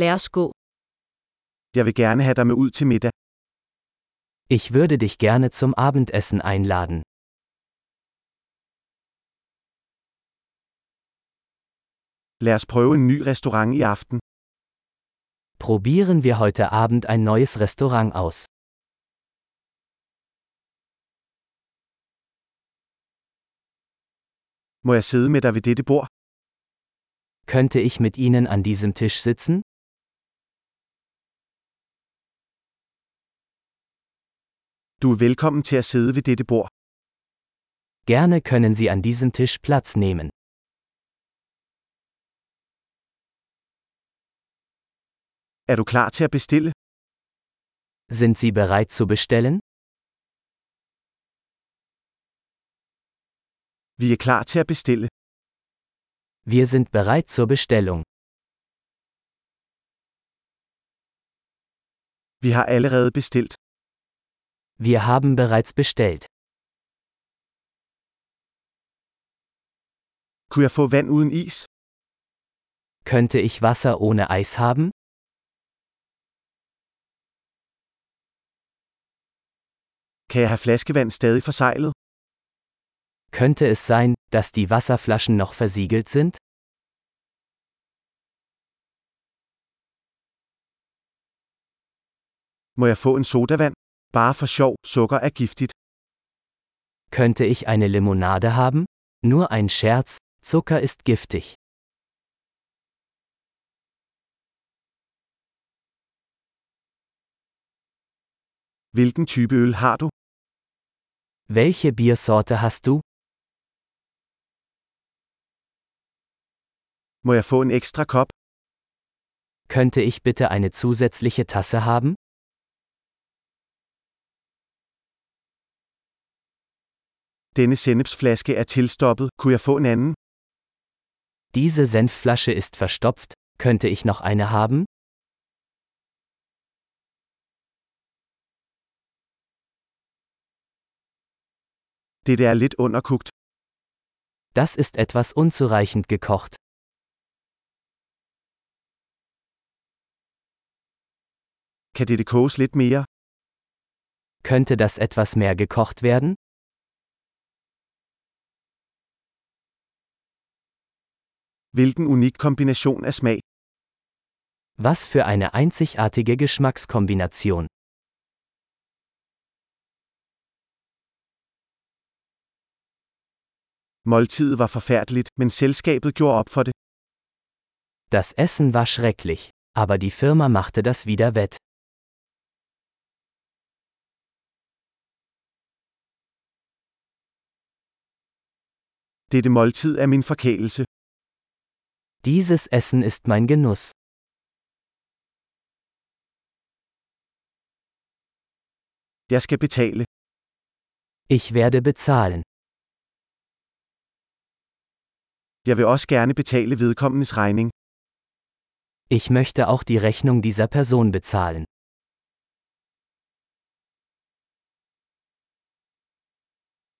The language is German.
Lad os gå. Jeg vil gerne have dig med ud til middag. Ich würde dich gerne zum Abendessen einladen. Lad os prøve en ny restaurant i aften. Probieren wir heute Abend ein neues Restaurant aus. Må jeg sidde med dig ved dette bord? Könnte ich mit Ihnen an diesem Tisch sitzen? Du er velkommen til at sidde ved dette bord. Gerne können Sie an diesem Tisch Platz nehmen. Er du klar til at bestille? Sind Sie bereit zu bestellen? Vi er klar til at bestille. Wir sind bereit zur Bestellung. Vi har allerede bestilt. Wir haben bereits bestellt. Kunne jeg få vand uden is? Könnte ich Wasser ohne Eis haben? Kan jeg have flaskevand stadig forseglet? Könnte es sein, dass die Wasserflaschen noch versiegelt sind? Må jeg få en sodavand? Bare for sjov, sukker er giftigt. Könnte ich eine Limonade haben? Nur ein Scherz, Zucker ist giftig. Hvilken type øl har du? Welche Biersorte hast du? Må jeg få en ekstra kop? Könnte ich bitte eine zusätzliche Tasse haben? Denne sennepsflaske er tilstoppet. Kunne jeg få en anden? Diese Senfflasche ist verstopft, könnte ich noch eine haben? Dette er lidt underkugt. Das ist etwas unzureichend gekocht. Kan dette koges lidt mere? Könnte das etwas mehr gekocht werden? Hvilken unik kombination af smag. Was für eine einzigartige Geschmackskombination. Måltidet var forfærdeligt, men selskabet gjorde op for det. Das Essen war schrecklich, aber die Firma machte das wieder wett. Dette måltid er min forkælelse. Dieses Essen ist mein Genuss. Jeg skal betale. Ich werde bezahlen. Jeg vil også gerne betale vedkommendes regning. Ich möchte auch die Rechnung dieser Person bezahlen.